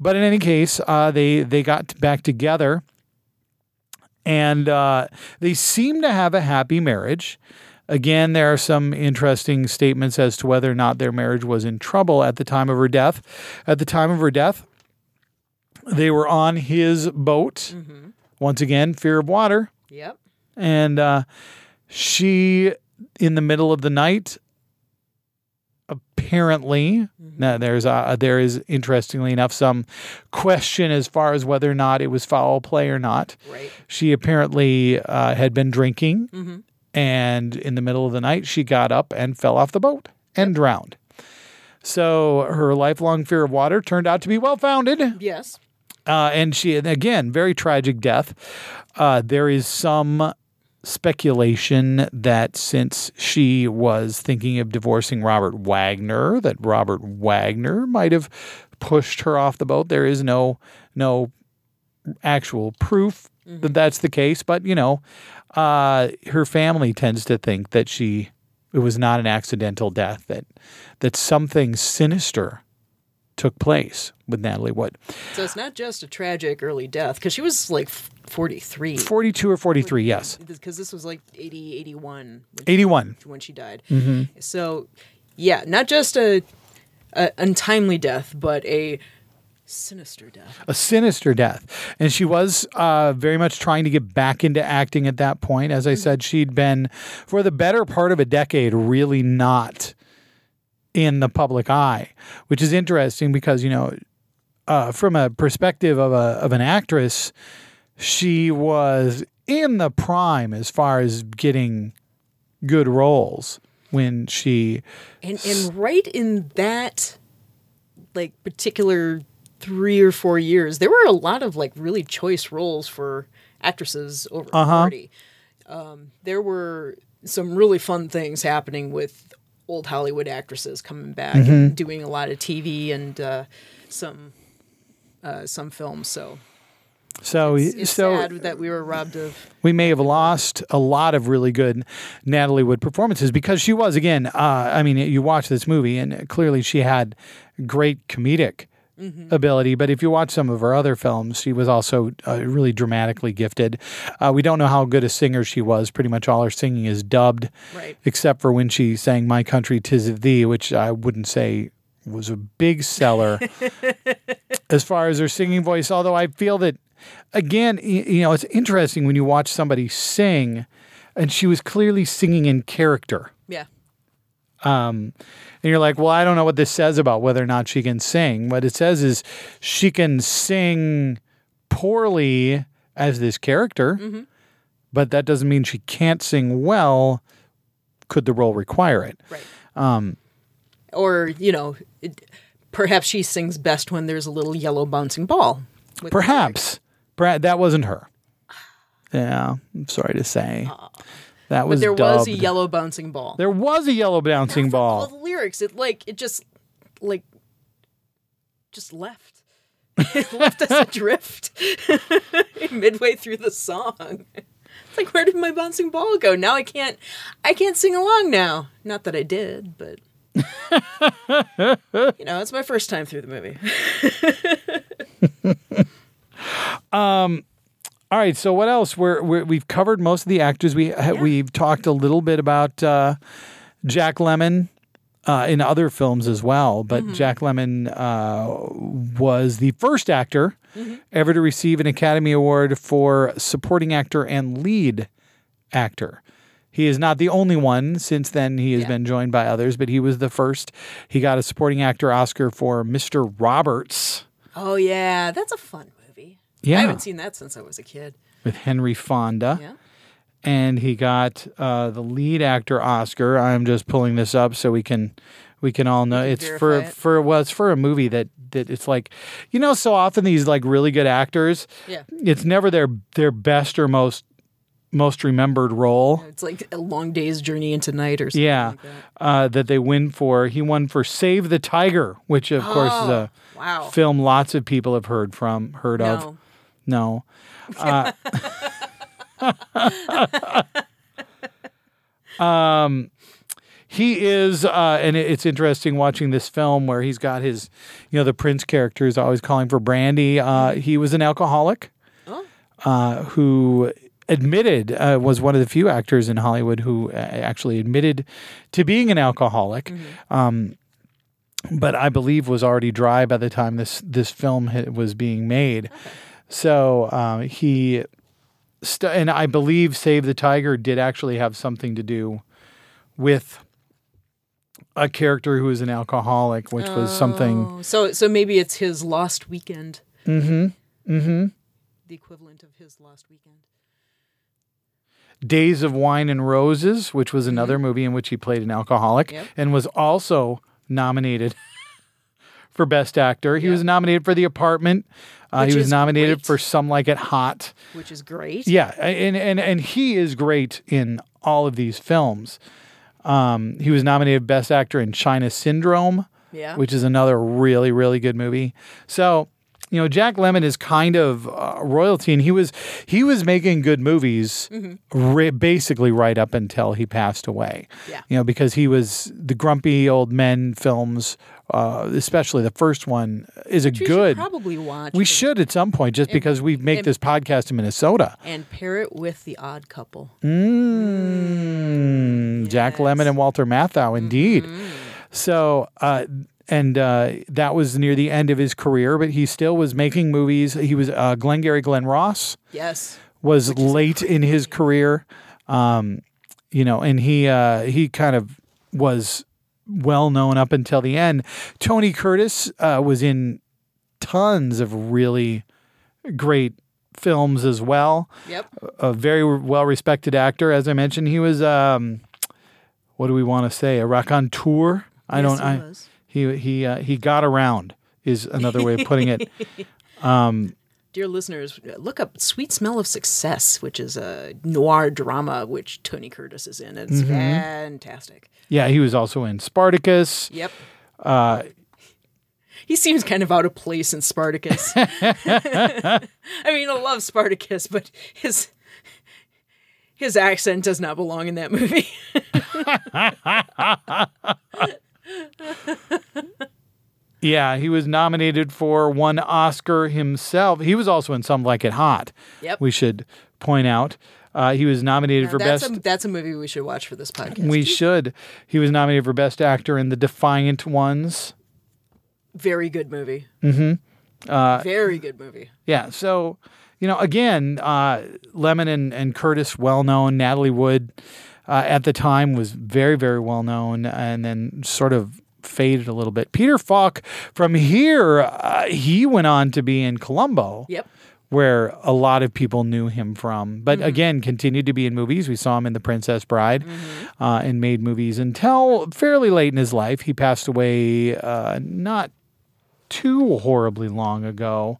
S2: But in any case, uh, they they got back together, and uh, they seem to have a happy marriage. Again, there are some interesting statements as to whether or not their marriage was in trouble at the time of her death. At the time of her death, they were on his boat. Once again, fear of water
S3: Yep.
S2: and uh, she in the middle of the night apparently now there's uh there is interestingly enough some question as far as whether or not it was foul play or not
S3: Right.
S2: she apparently uh, had been drinking and in the middle of the night she got up and fell off the boat and drowned so her lifelong fear of water turned out to be well founded
S3: Yes.
S2: uh, and she and again very tragic death. Uh, there is some speculation that since she was thinking of divorcing Robert Wagner, that Robert Wagner might have pushed her off the boat. There is no no actual proof that that's the case, but you know, uh, her family tends to think that she it was not an accidental death that that something sinister took place with Natalie Wood.
S3: So it's not just a tragic early death because she was like f- 43.
S2: 42 or 43, yes.
S3: Because this was like 80, 81 when
S2: 81.
S3: when she died. So, yeah, not just a, a untimely death, but a sinister death.
S2: A sinister death. And she was uh, very much trying to get back into acting at that point. As I
S3: Mm-hmm.
S2: said, she'd been, for the better part of a decade, really not in the public eye, which is interesting because, you know, uh, from a perspective of, a, of an actress, she was in the prime as far as getting good roles when she
S3: And and right in that like particular 3 or 4 years, there were a lot of like really choice roles for actresses over 40. Um, there were some really fun things happening with old Hollywood actresses coming back and doing a lot of TV and uh, some uh, some films. So
S2: so
S3: it's
S2: so
S3: sad that we were robbed of.
S2: we may have lost a lot of really good Natalie Wood performances because she was again. Uh, I mean, you watch this movie, and clearly she had great comedic ability. But if you watch some of her other films, she was also uh, really dramatically gifted. Uh, we don't know how good a singer she was. Pretty much all her singing is dubbed,
S3: Right.
S2: except for when she sang "My Country 'Tis of Thee," which I wouldn't say was a big seller as far as her singing voice. Although I feel that, again, y- you know, it's interesting when you watch somebody sing, and she was clearly singing in character.
S3: Yeah.
S2: And you're like, well, I don't know what this says about whether or not she can sing. What it says is she can sing poorly as this character, but that doesn't mean she can't sing well. Could the role require it?
S3: Right. Um, or, you know, it, perhaps she sings best when there's a little yellow bouncing ball. with-
S2: Perhaps. Perha- that wasn't her. Yeah, I'm sorry to say. That was
S3: But there was a
S2: dubbed.
S3: yellow bouncing ball.
S2: There was a yellow
S3: [LAUGHS]
S2: bouncing ball.
S3: All the lyrics, it like, it just, like, just left. [LAUGHS] it left us adrift [LAUGHS] midway through the song. It's like, where did my bouncing ball go? Now I can't, I can't sing along now. Not that I did,
S2: [LAUGHS]
S3: but. you know, it's my first time through the movie.
S2: All right. So what else? We're, we're we've covered most of the actors. We ha we've talked a little bit about uh, Jack Lemmon uh, in other films as well. But Jack Lemmon uh, was the first actor ever to receive an Academy Award for supporting actor and lead actor. He is not the only one. Since then, he has been joined by others, but he was the first. He got a supporting actor Oscar for Mr. Roberts
S3: Oh yeah, that's a fun movie.
S2: Yeah.
S3: I haven't seen that since I was a kid.
S2: with Henry Fonda.
S3: Yeah.
S2: and he got uh, the lead actor Oscar. I'm just pulling this up so we can we can all know it's for
S3: verify it.
S2: for well it's for a movie that that it's like you know so often these like really good actors
S3: Yeah.
S2: it's never their their best or most most remembered role
S3: It's like a long day's journey into night or something
S2: yeah
S3: like that.
S2: uh, that they win for he won for Save the Tiger which of course is a
S3: Wow.
S2: film lots of people have heard from heard of
S3: Oh. No.
S2: no. Uh, [LAUGHS] um, he is, uh, and it- it's interesting watching this film where he's got his, you know, the Prince character is always calling for brandy. Uh, he was an alcoholic uh, who admitted uh, was one of the few actors in Hollywood who uh, actually admitted to being an alcoholic. Um, but I believe was already dry by the time this this film ha- was being made. So uh, he, st- and I believe Save the Tiger did actually have something to do with a character who was an alcoholic, which was something.
S3: Oh, so so maybe it's his lost weekend. Mm-hmm. Mm-hmm. The equivalent of his lost weekend.
S2: Days of Wine and Roses, which was another movie in which he played an alcoholic
S3: Mm-hmm. Yep.
S2: and was also nominated [LAUGHS] for Best Actor. He was nominated for The Apartment. Uh,
S3: Which
S2: he was
S3: is
S2: nominated
S3: great.
S2: for Some Like It Hot.
S3: Which is great.
S2: Yeah, and and and he is great in all of these films. Um, he was nominated Best Actor in China Syndrome,
S3: Yeah.
S2: which is another really really good movie. So, you know, Jack Lemmon is kind of uh, royalty, and he was he was making good movies ri- basically right up until he passed away.
S3: Mm-hmm. Yeah.
S2: you know, because he was the grumpy old men films, uh, especially the first one is a
S3: We should
S2: good.
S3: probably watch
S2: we
S3: it
S2: should at some point, just because we make this podcast in Minnesota.
S3: and pair it with the odd couple.
S2: Mm, Jack Lemon and Walter Matthau, indeed. So, uh, and uh, that was near the end of his career, but he still was making movies. He was uh, Glengarry Glen Ross
S3: Yes.
S2: was late in his career, um, you know, and he uh, he kind of was well known up until the end. Tony Curtis uh, was in tons of really great films as well
S3: Yep.
S2: a very well respected actor. As I mentioned, he was um, what do we want to say? A raconteur. I
S3: Yes,
S2: don't.
S3: he
S2: I,
S3: was.
S2: He he uh, he got around is another way of putting
S3: [LAUGHS]
S2: it.
S3: Dear listeners, look up "Sweet Smell of Success," which is a noir drama which Tony Curtis is in. It's
S2: Mm-hmm.
S3: fantastic.
S2: Yeah, he was also in Spartacus.
S3: Yep. Uh, he seems kind of out of place
S2: [LAUGHS]
S3: in Spartacus. I mean, I love Spartacus, but his his accent does not belong in that movie.
S2: Yeah, he was nominated for one Oscar himself. He was also in Some Like It Hot.
S3: Yep.
S2: We should point out. Uh, he was nominated for
S3: that's
S2: best.
S3: a that's a movie we should watch for this podcast.
S2: we should. He was nominated for best actor in The Defiant Ones.
S3: Very good movie.
S2: Uh,
S3: Mm-hmm. Very good movie.
S2: Yeah. So, you know, again, uh, Lemon and, and Curtis, well known. Natalie Wood uh, at the time was very, very well known and then sort of faded a little bit. Peter Falk, from here, uh, he went on to be in Columbo.
S3: Yep.
S2: Where a lot of people knew him from, but again, continued to be in movies. We saw him in The Princess Bride, uh, and made movies until fairly late in his life. He passed away uh, not too horribly long ago.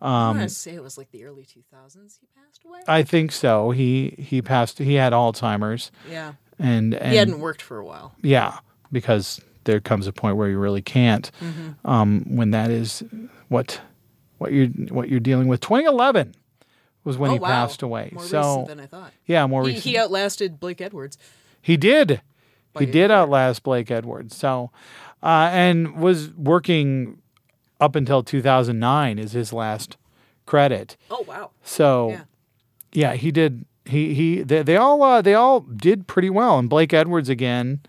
S2: um,
S3: I want to say it was like the early 2000s he passed away.
S2: I think so. He he passed. He had Alzheimer's,
S3: yeah.
S2: and, and
S3: He hadn't worked for a while.
S2: yeah, because there comes a point where you really can't.
S3: Mm-hmm.
S2: Um, when that is what what you're what you're dealing with. 2011 was when
S3: oh,
S2: he
S3: wow.
S2: passed away.
S3: More
S2: so
S3: recent than I thought.
S2: yeah, more
S3: He,
S2: recent.
S3: he outlasted Blake Edwards.
S2: He did. He
S3: Blake
S2: did outlast Blake Edwards. So, uh, and was working up until 2009 is his last credit.
S3: Oh wow.
S2: So,
S3: Yeah.
S2: yeah, he did. He he. They, they all uh, they all did pretty well. And Blake Edwards again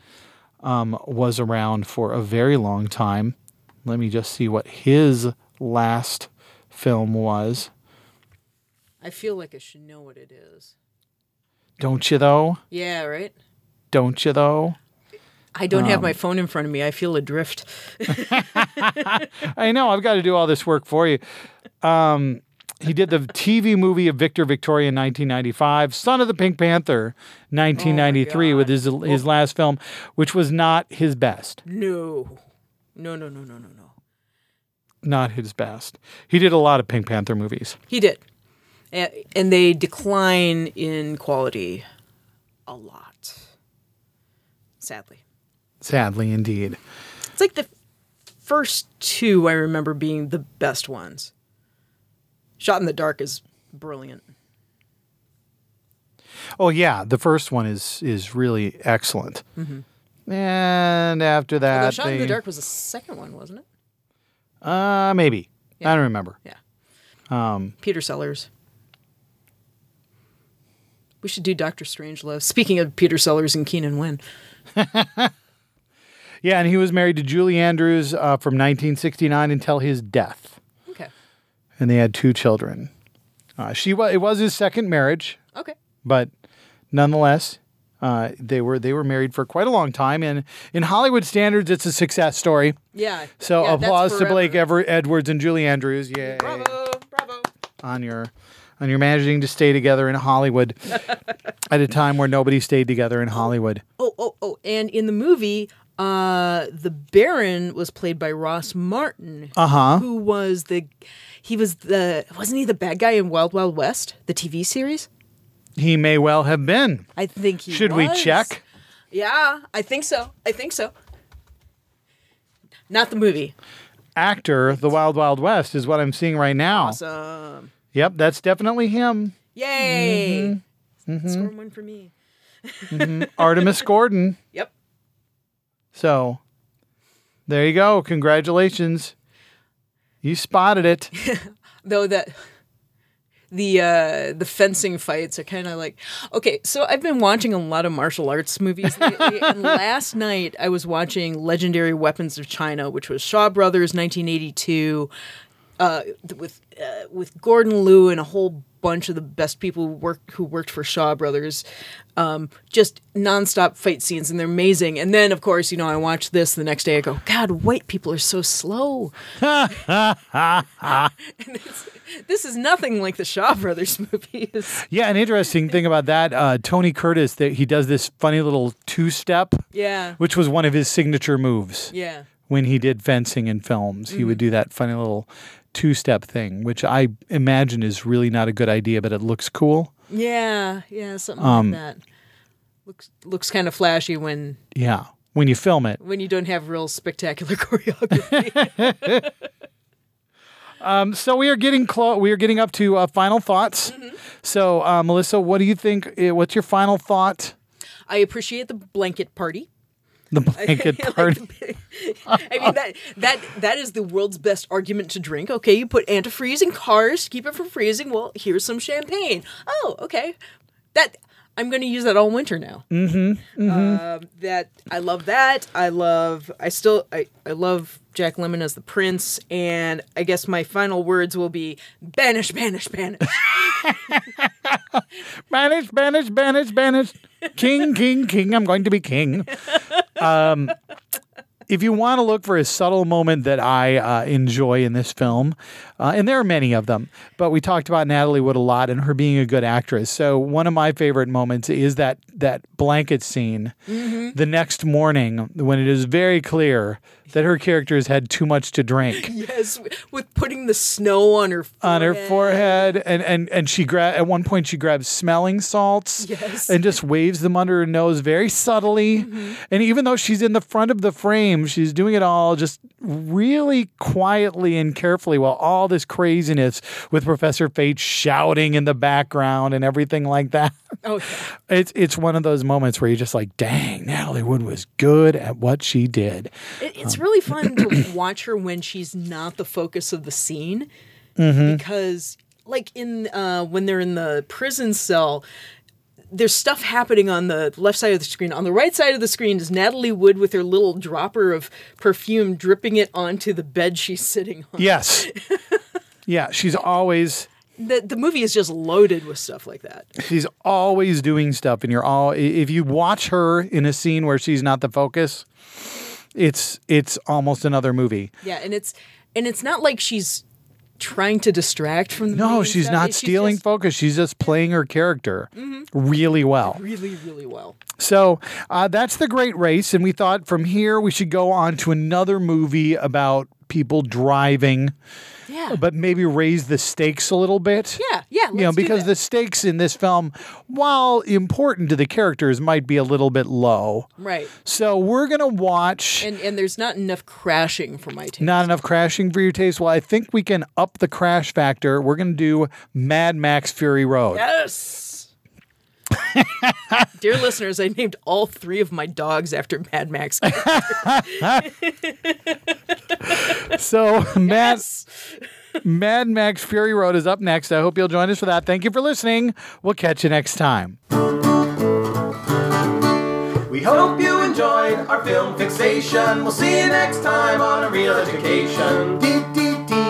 S2: um, was around for a very long time. Let me just see what his last film was.
S3: I feel like I should know what it is.
S2: Don't you though?
S3: Yeah, right?
S2: Don't you though?
S3: I don't have my phone in front of me. I feel adrift.
S2: I know. I've got to do all this work for you. Um, he did the TV movie of Victor Victoria in 1995, Son of the Pink Panther, 1993, with his his last film, which was not his best.
S3: No. No, no, no, no, no, no.
S2: not his best. He did a lot of Pink Panther movies.
S3: He did. A- And they decline in quality a lot. Sadly.
S2: Sadly, indeed.
S3: It's like the first two I remember being the best ones. Shot in the Dark is brilliant.
S2: Oh yeah, the first one is is really excellent. And after
S3: Although
S2: that,
S3: Shot in
S2: they-
S3: the Dark was the second one, wasn't it?
S2: uh, maybe I don't remember.
S3: Yeah. Um, Peter Sellers. We should do Doctor Strangelove. Speaking of Peter Sellers and Keenan Wynn.
S2: Yeah, and he was married to Julie Andrews uh, from 1969 until his death,
S3: Okay.
S2: and they had two children. Uh, she was it was his second marriage,
S3: Okay.
S2: but nonetheless. Uh, they were they were married for quite a long time, and in Hollywood standards, it's a success story.
S3: Yeah.
S2: So
S3: Yeah, that's
S2: applause to
S3: forever.
S2: Blake Ever- Edwards and Julie Andrews. Yay!
S3: Bravo. Bravo.
S2: on your on your managing to stay together in
S3: [LAUGHS]
S2: Hollywood at a time where nobody stayed together in Hollywood.
S3: Oh, oh, oh. And in the movie, uh, the Baron was played by Ross Martin.
S2: Uh-huh.
S3: Who was the he was the wasn't he the bad guy in Wild Wild West, the TV series?
S2: He may well have been.
S3: I think he
S2: Should we
S3: was.
S2: check?
S3: Yeah, I think so. I think so. Not the movie.
S2: Actor, The Wild Wild West is what I'm seeing right now.
S3: Awesome.
S2: Yep, that's definitely him.
S3: Yay. Score one for me. [LAUGHS]
S2: Artemis Gordon.
S3: Yep.
S2: So there you go. Congratulations. You spotted it.
S3: Though that the uh the fencing fights are kind of like okay so i've been watching a lot of martial arts movies lately and last night i was watching legendary weapons of china which was shaw brothers 1982 uh, th- with uh, with Gordon Liu and a whole bunch of the best people who worked who worked for Shaw Brothers. Um, just nonstop fight scenes, and they're amazing. And then, of course, you know, I watch this the next day. I go, God, white people are so slow. and it's, this is nothing like the Shaw Brothers [LAUGHS] movies.
S2: Yeah, an interesting thing about that, uh, Tony Curtis, that he does this funny little two-step,
S3: Yeah,
S2: which was one of his signature moves.
S3: yeah.
S2: when he did fencing and films. He
S3: Mm-hmm.
S2: would do that funny little two step thing, which I imagine is really not a good idea, but it looks cool.
S3: Yeah, yeah, something like that. Looks looks kind of flashy when
S2: Yeah. When you film it.
S3: when you don't have real spectacular [LAUGHS] choreography.
S2: Um, so we are getting close. We are getting up to uh, final thoughts.
S3: Mm-hmm.
S2: So uh, Melissa, what do you think? uh, What's your final thought?
S3: [LAUGHS] I appreciate the blanket party.
S2: The blanket
S3: Like
S2: party.
S3: the big- [LAUGHS] I mean that that that is the world's best argument to drink. Okay, you put antifreeze in cars to keep it from freezing. Well, here's some champagne. Oh, okay. That I'm going to use that all winter now. Mm-hmm. Um, that I love that. I love. I still. I I love Jack Lemon as the prince. And I guess my final words will be banish, banish, banish. [LAUGHS]
S2: Banish, banish, banish, banish. King, king, king. I'm going to be king. Um, if you want to look for a subtle moment that I uh, enjoy in this film, uh, and there are many of them, but we talked about Natalie Wood a lot and her being a good actress. So one of my favorite moments is that that blanket scene the next morning when it is very clear that her character has had too much to drink
S3: yes, with putting the snow on her
S2: on her
S3: forehead.
S2: forehead and and and she grab at one point she grabs smelling salts
S3: Yes. Mm-hmm.
S2: and just waves them under her nose very subtly and even though she's in the front of the frame she's doing it all just really quietly and carefully while all this craziness with professor fate shouting in the background and everything like that
S3: Oh, yeah.
S2: it's it's one of those moments where you're just like dang natalie wood was good at what she did
S3: It, it's really
S2: [CLEARS THROAT]
S3: fun to watch her when she's not the focus of the scene
S2: Mm-hmm.
S3: because like in uh, when they're in the prison cell there's stuff happening on the left side of the screen. On the right side of the screen is Natalie Wood with her little dropper of perfume dripping it onto the bed she's sitting
S2: [LAUGHS]
S3: on. [LAUGHS]
S2: yes yeah she's always
S3: The, the movie is just loaded with stuff like that.
S2: she's always doing stuff and you're all i- if you watch her in a scene where she's not the focus it's it's almost another movie
S3: Yeah, and it's and it's not like she's trying to distract from the
S2: no
S3: main
S2: she's
S3: stuff.
S2: not
S3: It's-
S2: stealing
S3: just Mm-hmm.
S2: focus she's just playing her character really well
S3: really really well.
S2: so uh, that's the great race and we thought from here we should go on to another movie about people driving
S3: Yeah.
S2: but maybe raise the stakes a little bit
S3: yeah, yeah,
S2: you know,
S3: let's do
S2: because
S3: that.
S2: the stakes in this film, while important to the characters, might be a little bit low.
S3: Right.
S2: So we're gonna watch.
S3: And and there's not enough crashing for my taste.
S2: not enough crashing for your taste. Well, I think we can up the crash factor. We're going to do Mad Max Fury Road.
S3: Yes. Dear listeners, I named all three of my dogs after Mad Max.
S2: So, Mad,
S3: Yes.
S2: Mad Max Fury Road is up next. I hope you'll join us for that. Thank you for listening. We'll catch you next time.
S1: We hope you enjoyed our film fixation. We'll see you next time on A Real Education. Dee dee dee.